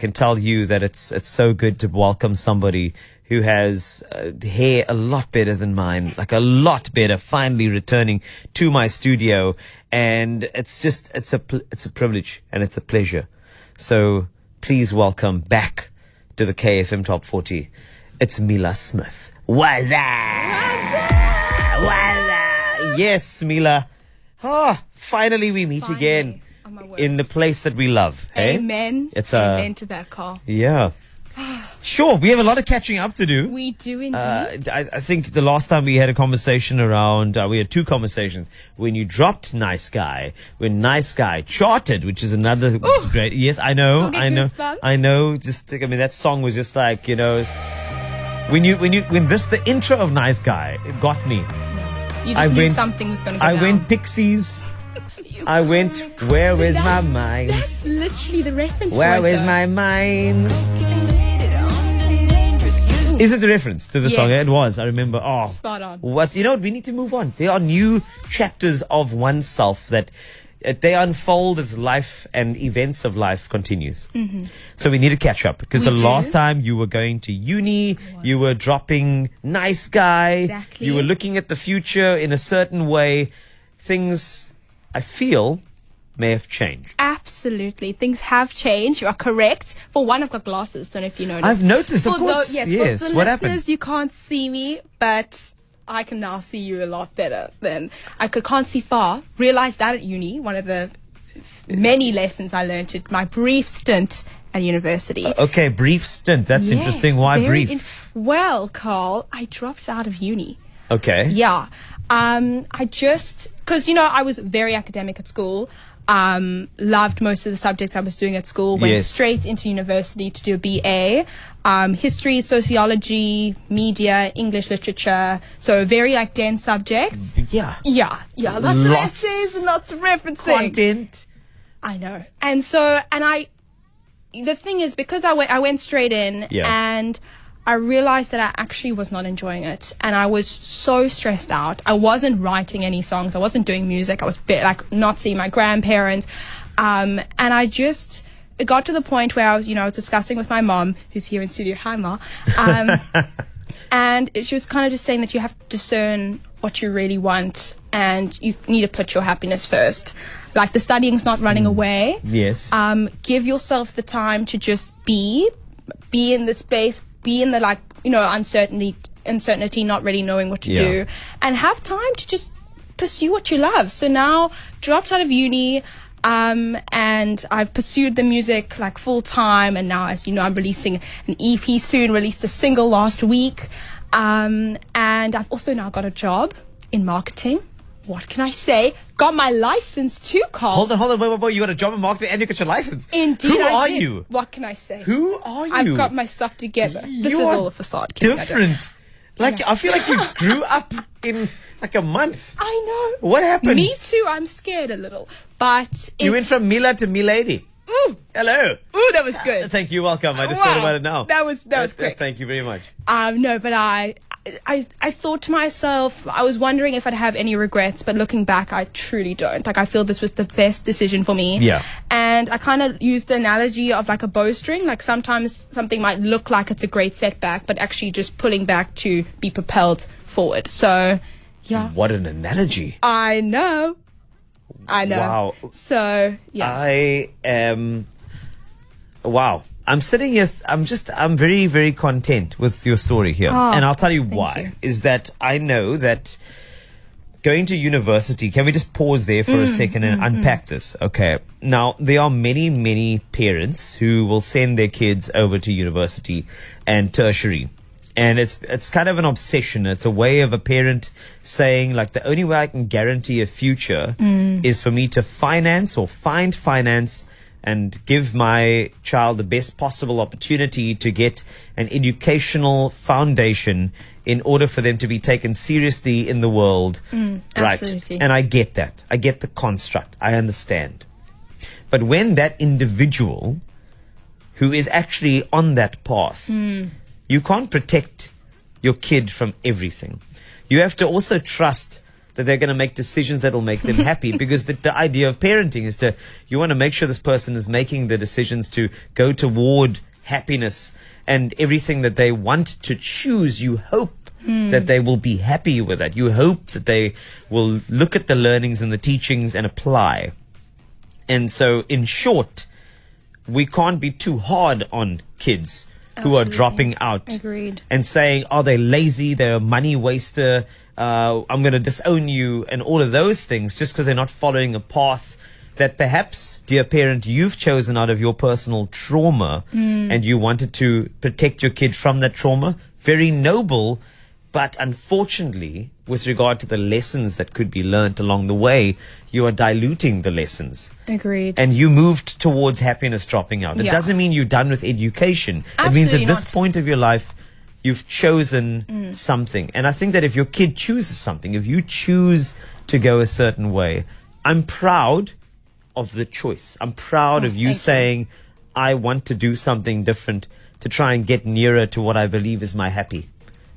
can tell you that it's it's so good to welcome somebody who has uh, hair a lot better than mine, like a lot better. Finally returning to my studio, and it's just it's a pl- it's a privilege and it's a pleasure. So please welcome back to the KFM Top 40. It's Mila Smith. What's up? What's up? Yes, Mila. Ah, finally we meet Finally. again Oh, my word. in the place that we love. eh? Amen. It's a Amen to that call. yeah. Sure, we have a lot of catching up to do. We do indeed. Uh, I, I think the last time we had a conversation around, uh, we had two conversations when you dropped Nice Guy, when Nice Guy charted, which is another great. Yes, I know, You'll get I know, goosebumps. I know. Just I mean, that song was just like you know, just- when you when you when this the intro of Nice Guy, it got me. you just I knew went- something was going to go I down. went Pixies. I went. Where is my mind? That's literally the reference. Where for it, is though. my mind? Is it the reference to the Yes. song? It was. I remember. Oh, Spot on. What you know? what, We need to move on. There are new chapters of oneself that uh, they unfold as life and events of life continues. Mm-hmm. So we need to catch up because We the do. last time you were going to uni, you were dropping nice guy. Exactly. You were looking at the future in a certain way. Things, I feel, may have changed. Absolutely, things have changed. You are correct. For one, I've got glasses. Don't know if you noticed. I've noticed, of For course. tho- yes, Yes, For the what listeners, happened? you can't see me, but I can now see you a lot better than I could. Can't see far. Realized that at uni. One of the many lessons I learned at my brief stint at university. Okay, brief stint. That's interesting. Yes, Why very brief? in- well, Carl, I dropped out of uni. okay. Yeah. Um, I just, because, you know, I was very academic at school. Um, loved most of the subjects I was doing at school. Went Yes. straight into university to do a BA. Um, history, sociology, media, English literature. So very like dense subjects. Yeah. Yeah, yeah, lots, of Mm. Lots. essays and lots of referencing. Content. I know. And so, and I, the thing is, because I went, I went straight in, Yeah. and I realized that I actually was not enjoying it, and I was so stressed out. I wasn't writing any songs. I wasn't doing music. I was bit like not seeing my grandparents, um, and I just. It got to the point where I was, you know, I was discussing with my mom, who's here in studio. Hi, ma. Um, and she was kind of just saying that you have to discern what you really want and you need to put your happiness first like the studying's not running away Hmm. Yes. um, give yourself the time to just be be in the space be in the like you know uncertainty uncertainty not really knowing what to Yeah. do and have time to just pursue what you love so now dropped out of uni um, and I've pursued the music like full time, and now, as you know, I'm releasing an EP soon. Released a single last week, um, and I've also now got a job in marketing. What can I say? Got my license too, Carl. hold on, hold on, wait, wait, wait. You got a job in marketing and you got your license. Indeed, Who I are did. you? What can I say? Who are you? I've got my stuff together. This You is are all a facade. kidding, I don't- Different. Like I feel like you grew up in like a month. I know. What happened? Me too. I'm scared a little, but it's, You went from Mila to Milady. Ooh, Hello. ooh, that was good. Thank you. Welcome. I just thought Wow. about it now. That was- that was Uh, quick. Thank you very much. Um, no, but I, I, I thought to myself, I was wondering if I'd have any regrets, but looking back, I truly don't. Like, I feel this was the best decision for me. Yeah. And I kind of used the analogy of like a bowstring. Like, sometimes something might look like it's a great setback, but actually just pulling back to be propelled forward. So, yeah. What an analogy. I know. I know. Wow. So, yeah. I am. Wow. I'm sitting here. th- I'm just. I'm very, very content with your story here, Oh, and I'll tell you thank why. you. Is that I know that going to university. Can we just pause there for Mm, a second and unpack this? Okay. Now there are many, many parents who will send their kids over to university and tertiary. And it's it's kind of an obsession. It's a way of a parent saying like the only way I can guarantee a future Mm. is for me to finance or find finance and give my child the best possible opportunity to get an educational foundation in order for them to be taken seriously in the world. absolutely. Right. And I get that. I get the construct. I understand. But when that individual who is actually on that path, you can't protect your kid from everything. You have to also trust that they're going to make decisions that'll make them happy because the, the idea of parenting is to you want to make sure this person is making the decisions to go toward happiness and everything that they want to choose you hope that they will be happy with it you hope that they will look at the learnings and the teachings and apply and so in short we can't be too hard on kids who are Absolutely. dropping out Agreed. and saying, "Are they lazy? They're a money waster. Uh, I'm going to disown you," and all of those things, just because they're not following a path that perhaps, dear parent, you've chosen out of your personal trauma, Hmm. and you wanted to protect your kid from that trauma. Very noble, but unfortunately, with regard to the lessons that could be learnt along the way, you are diluting the lessons Agreed. and you moved towards happiness dropping out. It Yeah. doesn't mean you're done with education. it means at Absolutely this not. Mm. point of your life, you've chosen something. And I think that if your kid chooses something, if you choose to go a certain way, I'm proud of the choice. I'm proud of you Oh, thank you. saying, I want to do something different to try and get nearer to what I believe is my happy.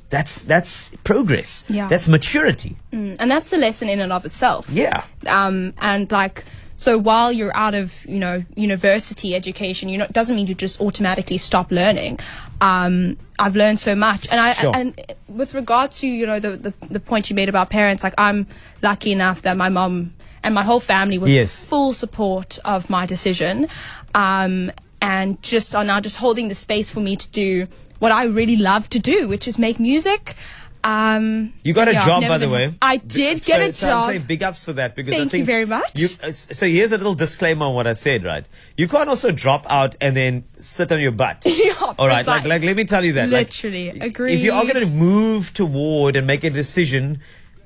That's that's progress. Yeah. Mm. That's maturity. and that's a lesson in and of itself. Yeah. um, and like so while you're out of you know university education you know it doesn't mean you just automatically stop learning um, i've learned so much and i Sure. and with regard to you know the, the the point you made about parents like i'm lucky enough that my mom and my whole family was Yes. full support of my decision um, and just are now just holding the space for me to do what i really love to do which is make music um, You got a yeah, I've job, never by the been- way. I B- did get so- a So I'm job. saying big ups for that because I Thank you think very much. You, uh, s- so here's a little disclaimer on what I said, right? You can't also drop out and then sit on your butt. Yeah, All right, like, precisely. like let me tell you that. like, Literally, i- If you are agreed. going to move toward and make a decision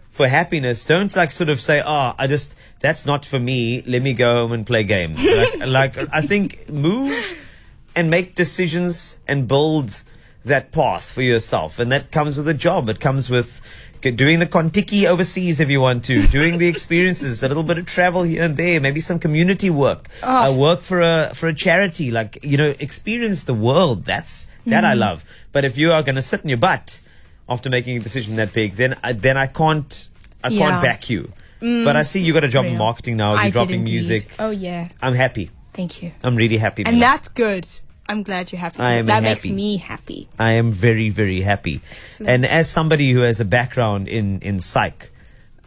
for happiness, don't like sort of say, "Ah, I just that's not for me. Let me go home and play games." Like, like I think move and make decisions and build that path for yourself, and that comes with a job. It comes with g- doing the Kontiki overseas if you want to, doing the experiences, a little bit of travel here and there, maybe some community work. I work for a for a charity, like you know, experience the world. That's that Mm. I love. But if you are going to sit in your butt after making a decision that big, then I, then I can't I can't Yeah. Mm. back you. but I see you got a job in real. marketing now. You're I did dropping indeed. music. Oh yeah, I'm happy. thank you. I'm really happy. And Mila. that's good. I'm glad you're happy. I am that makes happy. me happy. I am very, very happy. And as somebody who has a background in, in psych,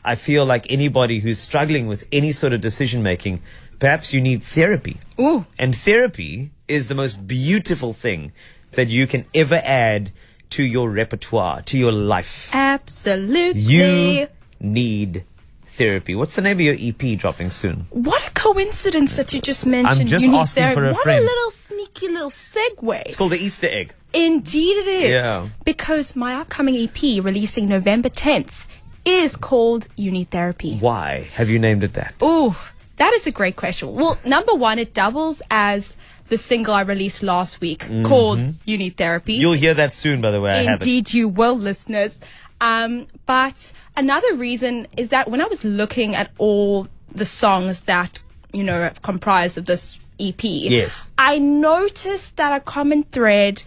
I feel like anybody who's struggling with any sort of decision making, perhaps you need therapy. Ooh. And therapy is the most beautiful thing that you can ever add to your repertoire, to your life. Absolutely. You need therapy. What's the name of your EP dropping soon? what a coincidence that you just mentioned. just you need asking therapy. for a what friend. a little sneaky little segue. It's called the Easter Egg. Indeed, it is. Yeah. Because my upcoming EP, releasing November 10th, is called You Need Therapy. Why have you named it that? Ooh, that is a great question. Well, number one, it doubles as the single I released last week called You Need Therapy. Mm-hmm. You'll hear that soon, by the way. I have it. Indeed, you will, listeners. Um, but another reason is that when I was looking at all the songs that you know are comprised of this EP, Yes. I noticed that a common thread.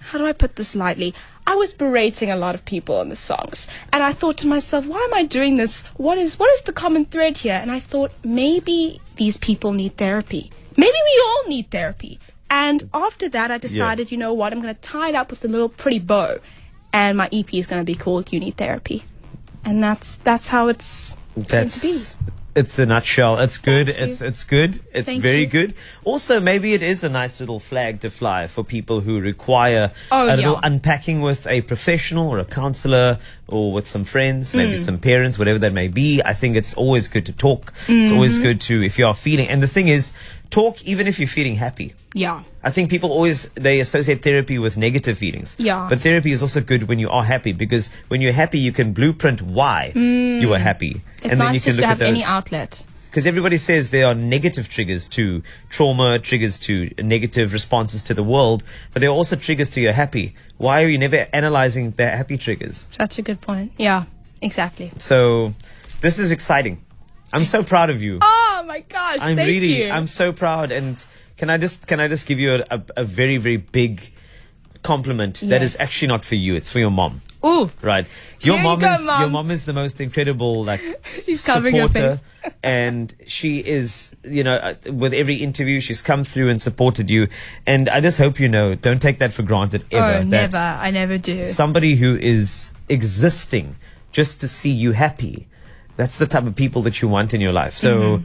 How do I put this lightly? I was berating a lot of people on the songs, and I thought to myself, "Why am I doing this? What is what is the common thread here?" And I thought maybe these people need therapy. Maybe we all need therapy. And after that, I decided you know what? I'm going to tie it up with a little pretty bow, and my EP is going to be called "You Need Therapy," and that's that's how it's going to be. That's it's a nutshell. It's good. Thank you. It's it's good. It's Thank very you. good. Also, maybe it is a nice little flag to fly for people who require Oh, a yeah. little unpacking with a professional or a counselor or with some friends, maybe Mm. some parents, whatever that may be. I think it's always good to talk. It's Mm-hmm. always good to if you are feeling. And the thing is, talk even if you're feeling happy. Yeah, I think people always they associate therapy with negative feelings. Yeah. But therapy is also good when you are happy because when you're happy you can blueprint why you are happy. Mm. it's nice just to have any outlet. Because everybody says there are negative triggers to trauma, triggers to negative responses to the world, but there are also triggers to your happy. Why are you never analyzing the happy triggers? That's a good point. Yeah, exactly. So this is exciting. I'm so proud of you. Oh my gosh! I'm thank really, you. I'm so proud. And can I just, can I just give you a, a, a very, very big compliment that is Yes. actually not for you. It's for your mom. Ooh, Right. Your Here you mom go, is your Mom. mom is the most incredible like She's supporter, covering her face. and she is you know uh, with every interview she's come through and supported you, and I just hope you know don't take that for granted ever. oh, that never. I never do. Somebody who is existing just to see you happy, that's the type of people that you want in your life. So, Mm-hmm.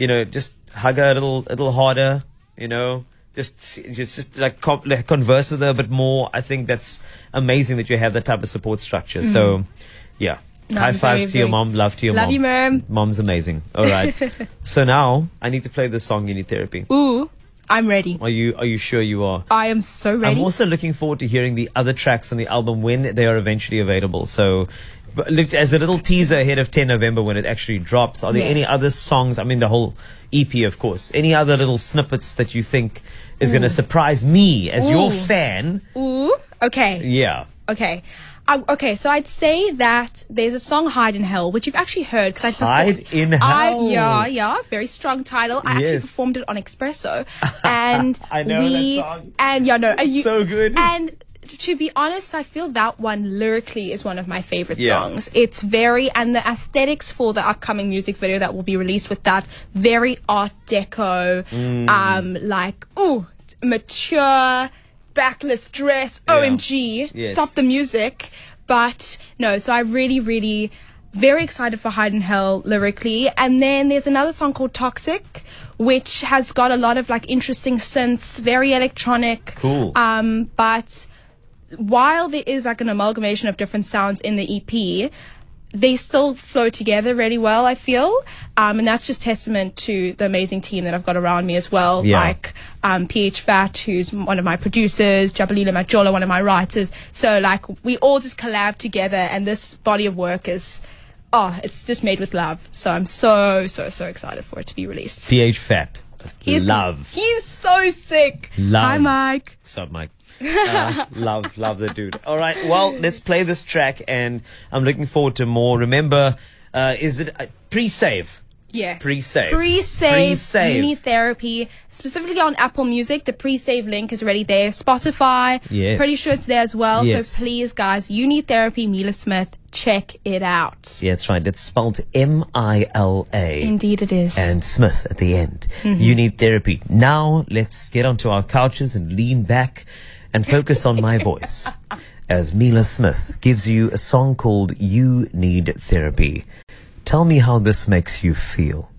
you know, just hug her a little a little harder. You know. Just, see- just, just like, com- like converse with her a bit more. I think that's amazing that you have that type of support structure. So, yeah, Mm-hmm. No, high I'm fives very, to your very- mom, love to your Love mom. you, Mom. Mom's amazing. All right. so now I need to play the song. You need therapy. Ooh, I'm ready. Are you Are you sure you are? I am so ready. I'm also looking forward to hearing the other tracks on the album when they are eventually available. So, but look, as a little teaser ahead of 10 November when it actually drops, are there Yes. any other songs? I mean, the whole EP, of course. Any other little snippets that you think is going to surprise me as your Ooh. fan? Ooh, okay. Yeah. Okay. I, okay, so I'd say that there's a song "Hide in Hell," which you've actually heard because I Hide performed- in I, Hell. yeah, yeah, very strong title. I actually Yes. performed it on Espresso, and I know that we song. and yeah, no, and you, So good. And to be honest, I feel that one lyrically is one of my favorite Yeah. songs. It's very and the aesthetics for the upcoming music video that will be released with that very Art Deco, Mm. um, like ooh, mature. Backless dress, OMG, Yes. stop the music. But no, so I really, really very excited for Hide in Hell lyrically. And then there's another song called Toxic, which has got a lot of like interesting synths, very electronic. Cool. Um, but while there is like an amalgamation of different sounds in the EP, they still flow together really well, I feel. Um, and that's just testament to the amazing team that I've got around me as well. Yeah. Like um, PH Fat, who's m- one of my producers, Jabalila Majola, one of my writers. So, like, we all just collab together, and this body of work is, oh, it's just made with love. So, I'm so, so, so excited for it to be released. PH Fat. love. He's so sick. Love. Hi, Mike. Sub Mike. Uh, love, love the dude. All right, well, let's play this track, and I'm looking forward to more. Remember, uh, is it uh, pre-save? Yeah. Pre-save. Pre-save, Pre-save. uni therapy, specifically on Apple Music. The pre-save link is already there. Spotify, Yes. pretty sure it's there as well. Yes. So please, guys, uni therapy, Mila Smith, check it out. Yeah, that's right. It's spelled M I L A Indeed, it is. and Smith at the end. You need therapy. Now let's get onto our couches and lean back and focus on my voice as Mila Smith gives you a song called You Need Therapy. Tell me how this makes you feel.